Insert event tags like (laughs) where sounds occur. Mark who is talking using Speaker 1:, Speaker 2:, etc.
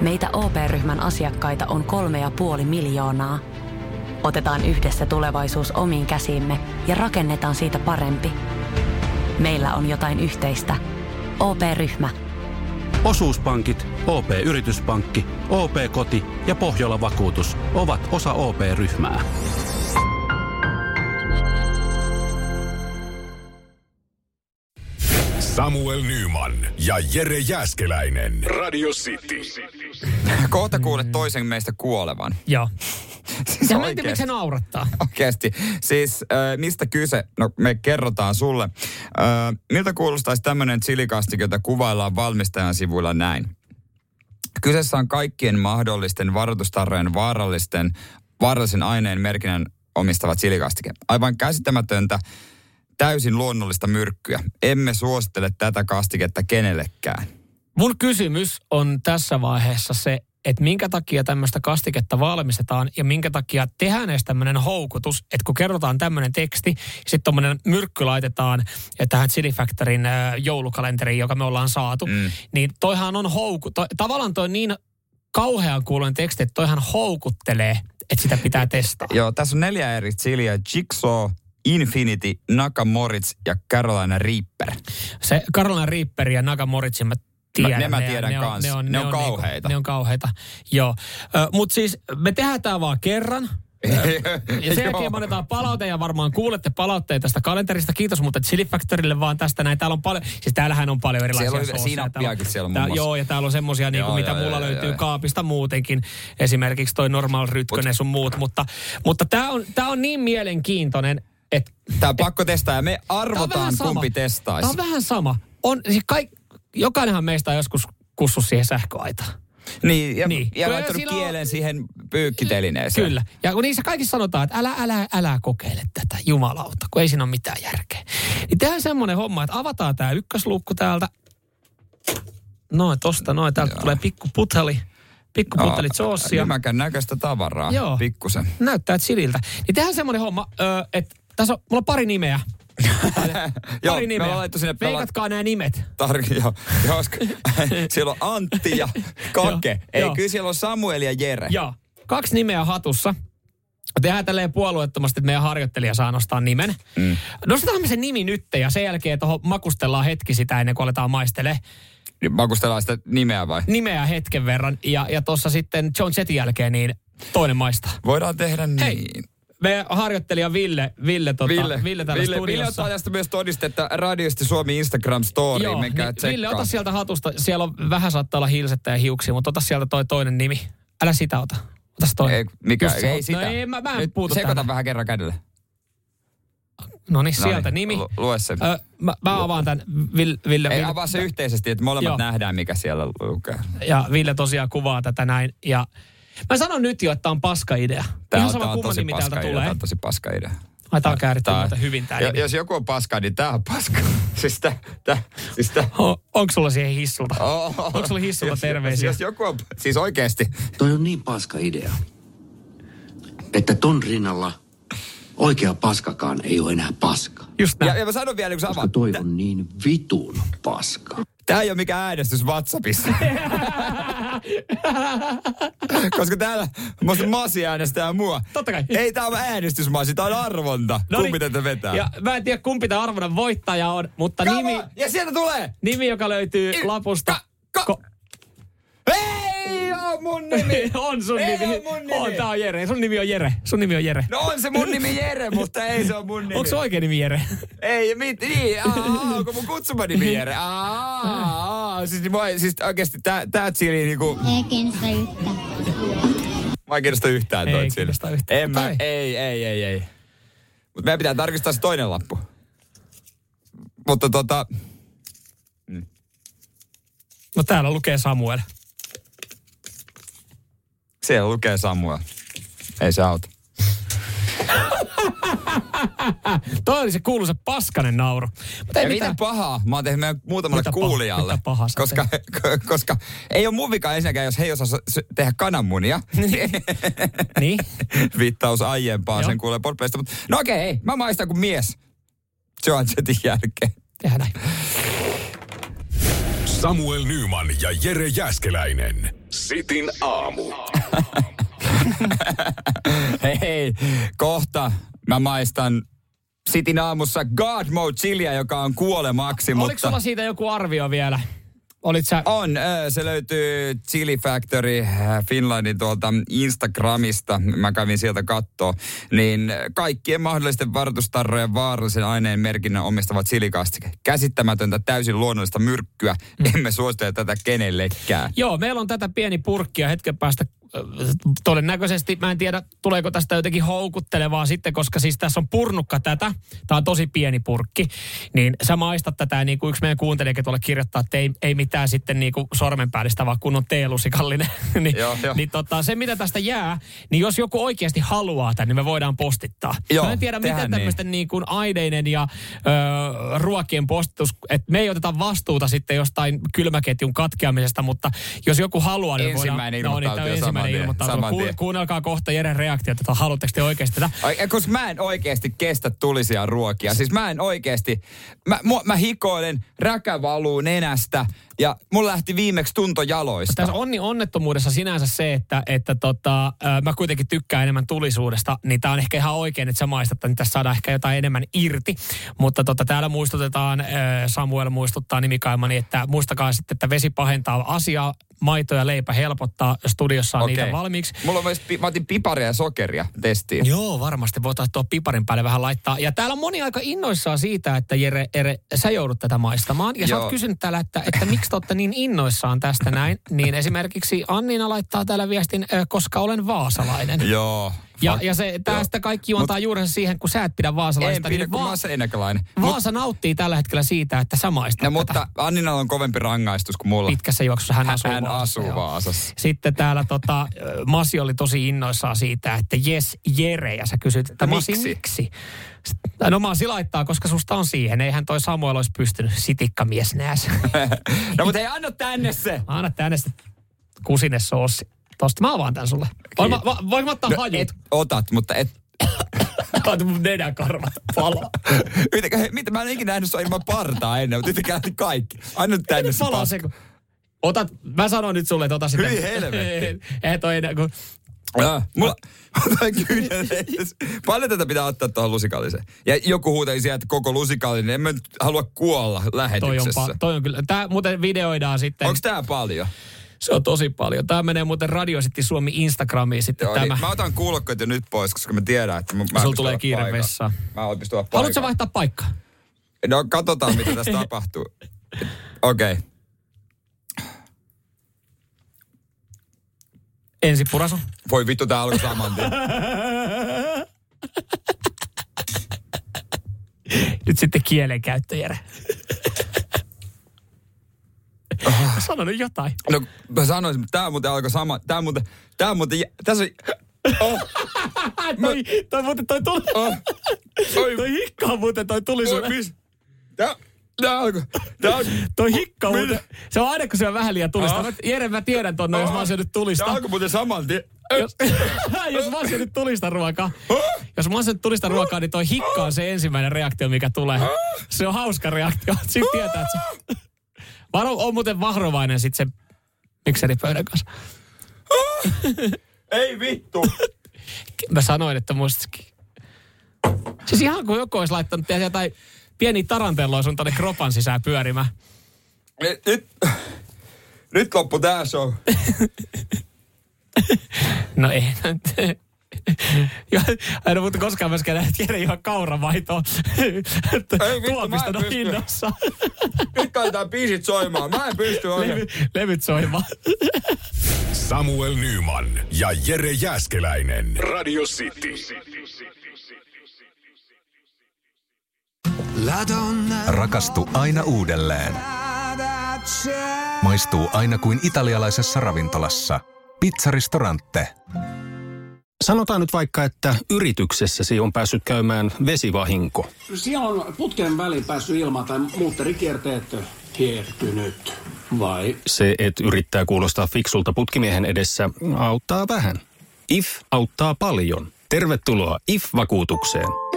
Speaker 1: Meitä OP-ryhmän asiakkaita on kolme ja puoli miljoonaa. Otetaan yhdessä tulevaisuus omiin käsiimme ja rakennetaan siitä parempi. Meillä on jotain yhteistä. OP-ryhmä.
Speaker 2: Osuuspankit, OP-yrityspankki, OP-koti ja Pohjola-vakuutus ovat osa OP-ryhmää.
Speaker 3: Samuel Nyman ja Jere Jäskeläinen.
Speaker 4: Radio City.
Speaker 5: Kohta kuulet toisen meistä kuolevan. (laughs)
Speaker 6: Joo.
Speaker 5: Siis
Speaker 6: Mm. Ja mä en tiedä, miksi se
Speaker 5: oikeesti.
Speaker 6: naurattaa.
Speaker 5: Oikeasti. Siis äh, mistä kyse? No me kerrotaan sulle. Äh, miltä kuulostaisi tämmöinen chilikastike, jota kuvaillaan valmistajan sivuilla näin? Kyseessä on kaikkien mahdollisten varoitustarrojen vaarallisten, vaarallisen aineen merkinnän omistava chilikastike. Aivan käsittämätöntä, täysin luonnollista myrkkyä. Emme suosittele tätä kastiketta kenellekään.
Speaker 6: Mun kysymys on tässä vaiheessa se, että minkä takia tämmöistä kastiketta valmistetaan ja minkä takia tehdään edes tämmöinen houkutus, että kun kerrotaan tämmöinen teksti, sitten tuommoinen myrkky laitetaan ja tähän Chili Factorin äh, joulukalenteriin, joka me ollaan saatu, mm. niin toihan on houku, to, tavallaan toi niin kauhean kuulen teksti, että toihan houkuttelee, että sitä pitää testata.
Speaker 5: Joo, tässä on neljä eri chiliä. Jigsaw, Infinity, Nakamorits ja Carolina Reaper.
Speaker 6: Se Carolina Reaper ja Nagamoritsin mä tiedän.
Speaker 5: Mä- ne mä
Speaker 6: on-
Speaker 5: tiedän kans. Ne on kauheita.
Speaker 6: Niinku, ne on kauheita, joo. Mutta siis me tehdään tämä vaan kerran. Ja
Speaker 5: (laughs)
Speaker 6: sen jälkeen me annetaan palaute ja varmaan kuulette palautteita tästä kalenterista. Kiitos mutta Chili Factorille vaan tästä näin. Täällä on paljon, siis täällähän on paljon erilaisia
Speaker 5: Siellä on
Speaker 6: sooseja.
Speaker 5: sinappiakin
Speaker 6: Täällä on-
Speaker 5: siellä on
Speaker 6: tää-
Speaker 5: muun muassa.
Speaker 6: Joo, ja täällä on semmosia, niinku,
Speaker 5: Joo,
Speaker 6: mitä
Speaker 5: joo,
Speaker 6: mulla
Speaker 5: joo,
Speaker 6: löytyy
Speaker 5: joo, joo.
Speaker 6: kaapista muutenkin. Esimerkiksi toi normal rytkönen sun muut. Mutta, mutta tämä on, tää on niin mielenkiintoinen, että
Speaker 5: Tämä on pakko testaa ja me
Speaker 6: Tää on vähän
Speaker 5: arvotaan
Speaker 6: sama.
Speaker 5: kumpi
Speaker 6: Tämä on
Speaker 5: testaisi.
Speaker 6: vähän sama. On, siis kaik, jokainenhan meistä on joskus kussut siihen sähköaitaan.
Speaker 5: Niin, ja,
Speaker 6: Niin.
Speaker 5: niin. ja
Speaker 6: Kyllä
Speaker 5: laittanut
Speaker 6: sillä on-
Speaker 5: kielen siihen pyykkitelineeseen.
Speaker 6: Kyllä. Ja kun niissä kaikissa sanotaan, että älä, älä, älä kokeile tätä jumalauta, kun ei siinä ole mitään järkeä. Niin tehdään semmoinen homma, että avataan tämä ykkösluukku täältä. Noin, tosta noin. Täältä tulee pikku putheli, pikku puthelit soossia.
Speaker 5: Nymäkän näköistä tavaraa.
Speaker 6: Joo.
Speaker 5: Pikkusen.
Speaker 6: Näyttää chililtä. Niin tehdään semmoinen homma, ö, että tässä on, mulla on pari nimeä.
Speaker 5: (laughs) Joo, me
Speaker 6: pari nimeä.
Speaker 5: ollaan laittu sinne pela-
Speaker 6: Veikatkaa nämä nimet.
Speaker 5: Tar- joo, jos, (laughs) siellä on Antti
Speaker 6: (laughs)
Speaker 5: ja Kake.
Speaker 6: Joo,
Speaker 5: Ei,
Speaker 6: joo.
Speaker 5: kyllä siellä on Samuel ja Jere.
Speaker 6: Joo. Kaksi nimeä hatussa. Tehdään tälleen puolueettomasti, että meidän harjoittelija saa nostaa nimen. Mm. Nostetaan me sen nimi nyt ja sen jälkeen tuohon makustellaan hetki sitä ennen kuin aletaan maistele.
Speaker 5: Niin Makustellaan sitä nimeä vai?
Speaker 6: Nimeä hetken verran ja, ja tuossa sitten John Setin jälkeen niin toinen maistaa.
Speaker 5: Voidaan tehdä niin.
Speaker 6: Hei, me harjoittelija Ville, Ville, tota, Ville, Ville täällä
Speaker 5: Ville, Ville
Speaker 6: studiossa.
Speaker 5: ottaa tästä myös todistetta Radiosti Suomi instagram story
Speaker 6: Joo,
Speaker 5: Menkää
Speaker 6: niin, Ville, ota
Speaker 5: tsekkaan.
Speaker 6: sieltä hatusta. Siellä on vähän saattaa olla hilsettä ja hiuksia, mutta ota sieltä toi toinen nimi. Älä sitä ota. Ota se toinen.
Speaker 5: Ei, mikä,
Speaker 6: Just se-
Speaker 5: ei sitä.
Speaker 6: No ei, mä, mä en
Speaker 5: Nyt
Speaker 6: puutu
Speaker 5: sekoita
Speaker 6: tähän.
Speaker 5: vähän kerran kädellä.
Speaker 6: No niin, sieltä
Speaker 5: Noniin,
Speaker 6: nimi.
Speaker 5: lu- lue se.
Speaker 6: Ö, mä, mä avaan tämän Ville, Ville,
Speaker 5: Ei
Speaker 6: Ville,
Speaker 5: avaa se yhteisesti, että molemmat
Speaker 6: Joo.
Speaker 5: nähdään, mikä siellä lukee.
Speaker 6: ja Ville tosiaan kuvaa tätä näin. Ja mä sanon nyt jo, että tämä on paska idea.
Speaker 5: Tää
Speaker 6: Ihan
Speaker 5: on,
Speaker 6: sama
Speaker 5: tää on
Speaker 6: kumman
Speaker 5: tosi
Speaker 6: nimi
Speaker 5: paska
Speaker 6: täältä
Speaker 5: idea. Tää
Speaker 6: tulee.
Speaker 5: on tosi paska idea.
Speaker 6: Ai tää on kääritty
Speaker 5: Tää-
Speaker 6: muuten hyvin tää
Speaker 5: jo,
Speaker 6: nimi.
Speaker 5: Jos joku on paska, niin tää on paska. (laughs) siis tää, tää, siis
Speaker 6: (laughs)
Speaker 5: tää.
Speaker 6: O- onko sulla siihen
Speaker 5: (laughs)
Speaker 6: hissulta?
Speaker 5: Oh.
Speaker 6: Onko sulla hissulta
Speaker 5: Jos-
Speaker 6: terveisiä?
Speaker 5: Jos, jos joku on, siis oikeesti.
Speaker 7: Toi on niin paska idea, että ton rinnalla oikea paskakaan ei ole enää paska.
Speaker 6: Just (laughs) näin.
Speaker 5: Ja, ja mä sanon vielä, kun sä
Speaker 7: Koska
Speaker 5: avaat.
Speaker 7: toi on niin vitun paska.
Speaker 5: Tää ei ole mikään äänestys WhatsAppissa.
Speaker 6: (laughs)
Speaker 5: Koska täällä musta Masi äänestää mua.
Speaker 6: Totta kai.
Speaker 5: Ei tää ole äänestys Masi, tää on arvonta. No
Speaker 6: Noniin.
Speaker 5: Kumpi tätä vetää?
Speaker 6: niin. Ja mä en tiedä, kumpi tämä arvonan voittaja on, mutta
Speaker 5: Come
Speaker 6: nimi,
Speaker 5: on! ja sieltä tulee!
Speaker 6: nimi, joka löytyy
Speaker 5: Y-
Speaker 6: lapusta.
Speaker 5: ka- ka- Ei oo mun
Speaker 6: (laughs)
Speaker 5: nimi!
Speaker 6: on sun
Speaker 5: Ei
Speaker 6: nimi.
Speaker 5: oo mun nimi.
Speaker 6: On, tää on Jere. Sun nimi on Jere. Sun nimi on Jere.
Speaker 5: No on se mun nimi Jere, mutta ei se on mun nimi.
Speaker 6: Onko se oikea nimi Jere?
Speaker 5: Ei, mit, niin, aa, onko mun kutsuma nimi Jere? Aa, aa, siis, niin mua, ei- siis oikeesti tää, tää chili niinku,
Speaker 8: Ei kiinnosta yhtään.
Speaker 5: mä en kiinnosta yhtään toi
Speaker 6: Ei
Speaker 5: chili.
Speaker 6: kiinnosta yhtään.
Speaker 5: En
Speaker 6: Tai-
Speaker 5: mä, ei, ei, ei, ei. Mut meidän pitää tarkistaa se toinen lappu. Mutta tota,
Speaker 6: No täällä lukee Samuel.
Speaker 5: siellä lukee Samuel. Ei se auta.
Speaker 6: Toi oli se kuuluisa paskanen nauru. Mutta ei
Speaker 5: Ja
Speaker 6: mitään.
Speaker 5: miten pahaa mä oon tehnyt meidän muutamalle
Speaker 6: Mitä paha-
Speaker 5: kuulijalle.
Speaker 6: mitä pahaa sä
Speaker 5: koska, (laughs) koska ei ole mun vika ensinnäkään, jos he ei osaa sy- tehdä
Speaker 6: (laughs)
Speaker 5: kananmunia.
Speaker 6: niin?
Speaker 5: Viittaus aiempaan,
Speaker 6: Joo.
Speaker 5: sen kuulee podpleista. Mutta no okei, ei, mä maistan kuin mies. Se on setin jälkeen.
Speaker 6: Tehdään näin.
Speaker 3: Samuel Nyman ja Jere Jäskeläinen. Sitin aamu.
Speaker 5: Mm. (laughs) Hei, kohta mä maistan Sitin aamussa God Mode Chiliä, joka on kuolemaksi,
Speaker 6: Oliko
Speaker 5: mutta
Speaker 6: sulla siitä joku arvio vielä? Olit sä...
Speaker 5: on. ö, Se löytyy Chili Factory äh, Finlandin tuolta Instagramista. Mä kävin sieltä kattoo. Niin kaikkien mahdollisten varoitustarrojen vaarallisen aineen merkinnän omistavat chilikastike. Käsittämätöntä täysin luonnollista myrkkyä.
Speaker 6: Mm.
Speaker 5: Emme suosittele tätä kenellekään.
Speaker 6: Joo, meillä on tätä pieni purkkia hetken päästä äh, todennäköisesti, mä en tiedä tuleeko tästä jotenkin houkuttelevaa sitten, koska siis tässä on purnukka tätä, tämä on tosi pieni purkki, niin sä maistat tätä ja niin kuin yksi meidän kuuntelijakin tuolla kirjoittaa, että ei, ei mitään sitten niin kuin sormenpäällistä, vaan kun on teelusikallinen, (laughs) niin,
Speaker 5: Joo, jo.
Speaker 6: niin tota, se mitä tästä jää, niin jos joku oikeasti haluaa tämän, niin me voidaan postittaa.
Speaker 5: Joo,
Speaker 6: mä en tiedä,
Speaker 5: tehdään niin.
Speaker 6: miten tämmöistä sitten niin kuin aineiden ja ö, ruokien postitus, että me ei oteta vastuuta sitten jostain kylmäketjun katkeamisesta, mutta jos joku haluaa, niin
Speaker 5: Ensimmäinen
Speaker 6: voidaan, no, niin,
Speaker 5: ilmoittautuu jo
Speaker 6: tämä on
Speaker 5: saman
Speaker 6: ensimmäinen
Speaker 5: tien,
Speaker 6: ilmoittautua.
Speaker 5: saman
Speaker 6: Ku,
Speaker 5: tien.
Speaker 6: kuunnelkaa kohta Jeren reaktiota, että haluatteko te oikeasti tätä.
Speaker 5: Ai, ei, Koska mä en oikeasti kestä tulisia ruokia. Siis mä en oikeasti, mä, mua, mä hikoilen, räkä valuu nenästä ja mun lähti viimeksi tunto jaloista.
Speaker 6: Siis Tässä onni onnettomuudessa sinänsä se, että, että tota, ö, mä kuitenkin tykkään enemmän tulisuudesta, niin tämä on ehkä ihan oikein, että sä maistat, niin tässä saadaan ehkä jotain enemmän irti. Mutta tota, täällä muistutetaan, ö, Samuel muistuttaa nimikaimani, että muistakaa sitten, että vesi pahentaa asiaa, maito ja leipä helpottaa. Studiossa on okay. niitä
Speaker 5: Okei.
Speaker 6: valmiiksi.
Speaker 5: Mulla on myös, pi- mä otin piparia ja sokeria testiin.
Speaker 6: Joo, varmasti voitaisiin tuo piparin päälle vähän laittaa. Ja täällä on moni aika innoissaan siitä, että Jere, Jere sä joudut tätä maistamaan. Ja Joo. sä oot
Speaker 5: Joo.
Speaker 6: kysynyt täällä, että, että miksi te olette niin innoissaan tästä näin. Niin esimerkiksi Anniina laittaa täällä viestin, ö, koska olen vaasalainen.
Speaker 5: Joo.
Speaker 6: Ja,
Speaker 5: Fuck.
Speaker 6: ja se, tästä kaikki juontaa Mut, juurensa siihen, kun sä et pidä
Speaker 5: en
Speaker 6: vaasalaista.
Speaker 5: pidä,
Speaker 6: niin
Speaker 5: kun mä
Speaker 6: va-
Speaker 5: oon seinäkäläinen. Mut,
Speaker 6: Vaasa nauttii tällä hetkellä siitä, että sä maistat
Speaker 5: no,
Speaker 6: tätä.
Speaker 5: mutta Anninalla on kovempi rangaistus kuin mulla.
Speaker 6: Pitkässä juoksussa hän
Speaker 5: Hän
Speaker 6: asuu Vaasassa,
Speaker 5: asuu
Speaker 6: joo.
Speaker 5: Vaasassa.
Speaker 6: Sitten täällä tota, ö, Masi oli tosi innoissaan siitä, että jes, Jere. Ja sä kysyt, että Masi,
Speaker 5: Miksi?
Speaker 6: miksi? Sitten, No Masi laittaa, koska susta on siihen. Eihän toi Samuel olisi pystynyt.
Speaker 5: (laughs)
Speaker 6: Sitikkamies nääs.
Speaker 5: No mutta ei anna tänne se!
Speaker 6: Mä annan tänne sitten kusine soossi. Tosta mä avaan tän sulle. Voin mä, va- voin mä ottaa no,
Speaker 5: No,
Speaker 6: hajut?
Speaker 5: et otat, mutta et... (laughs)
Speaker 6: Et. mun nenäkarvat (laughs) palaa.
Speaker 5: Yhtäkään- hei, mitä mä en ikinä nähnyt sua ilman partaa ennen, mutta yhtäkään kaikki. Anna tänne se
Speaker 6: palaa
Speaker 5: paska.
Speaker 6: se, kun... Otat, mä sanon nyt sulle, että ota sitä.
Speaker 5: Hyi helvetti.
Speaker 6: (laughs) Ei toi enää, kun...
Speaker 5: Joo, mulla toi kyyneleet. Paljon tätä pitää ottaa tuohon lusikalliseen. Ja joku huuteli sieltä, että koko lusikallinen, niin en mä nyt halua kuolla
Speaker 6: Toi on,
Speaker 5: lähetyksessä.
Speaker 6: pa- toi on kyllä. Tää muuten videoidaan sitten.
Speaker 5: Onko tää paljon?
Speaker 6: Se on tosi paljon. Tämä menee muuten Radio City Suomi Instagramiin sitten
Speaker 5: Joo,
Speaker 6: tämä.
Speaker 5: niin, mä otan kuulokkeet jo nyt pois, koska mä tiedän, että mä, mä en
Speaker 6: Sulla
Speaker 5: pysty
Speaker 6: tulee
Speaker 5: olla
Speaker 6: kiire
Speaker 5: paikalla.
Speaker 6: vessaan.
Speaker 5: Mä oon pysty olla
Speaker 6: Haluatko sä
Speaker 5: paikalla.
Speaker 6: vaihtaa paikkaa?
Speaker 5: No katsotaan, mitä tässä tapahtuu. Okei. Okay.
Speaker 6: Ensi purasu.
Speaker 5: Voi vittu, tää alkoi saman tien.
Speaker 6: Nyt sitten kielenkäyttö, Jere. Mä Sano nyt jotain.
Speaker 5: No mä sanoisin, mutta tää muuten alkoi sama. Tää muuten, tää muuten, jä- tässä on... Oh,
Speaker 6: Ai, toi, toi, muuten, toi, tuli,
Speaker 5: oh, oi,
Speaker 6: toi hikkaa muuten, toi tuli sun.
Speaker 5: voi mis... Tää, tää alkoi, tää alkoi...
Speaker 6: Toi hikkaa
Speaker 5: Mitä?
Speaker 6: muuten. Se on aina, kun syö vähän liian tulista.
Speaker 5: Ah.
Speaker 6: Mä- Jere, mä tiedän ton, no, jos mä oon syönyt tulista.
Speaker 5: Oh. Tää alkoi muuten saman tien.
Speaker 6: jos, (laughs) jos mä oon syönyt tulista ruokaa, jos mä oon syönyt tulista ruokaa, niin toi hikka on se ensimmäinen reaktio, mikä tulee. Se on hauska reaktio. (laughs) Sitten tietää, että se... Varo, on muuten vahrovainen sit sen mikseripöydän kanssa.
Speaker 5: Ei
Speaker 6: (laughs)
Speaker 5: vittu.
Speaker 6: Mä sanoin, että muistakin. Siis ihan kuin joku olisi laittanut tiedätkö, jotain pieni tarantelloa sun tonne kropan sisään pyörimään.
Speaker 5: Nyt, nyt, nyt loppu tää show.
Speaker 6: No ei. (laughs) Joo, en mutta koskaan myöskään nähnyt Jere ihan kauravaitoa
Speaker 5: Ei vittu,
Speaker 6: tuomiston
Speaker 5: mä en pysty.
Speaker 6: hinnassa.
Speaker 5: Nyt laitetaan biisit soimaan. Mä en pysty oikein.
Speaker 6: Levy, levyt soimaan.
Speaker 3: Samuel Nyman ja Jere Jäskeläinen. Radio City.
Speaker 4: Rakastu aina uudelleen. Maistuu aina kuin italialaisessa ravintolassa. Pizzaristorante.
Speaker 8: Sanotaan nyt vaikka, että yrityksessäsi on päässyt käymään vesivahinko.
Speaker 9: Siellä on putken väliin päässyt ilma tai muutterikierteet hiertynyt, vai?
Speaker 8: Se, että yrittää kuulostaa fiksulta putkimiehen edessä, auttaa vähän. IF auttaa paljon. Tervetuloa IF-vakuutukseen.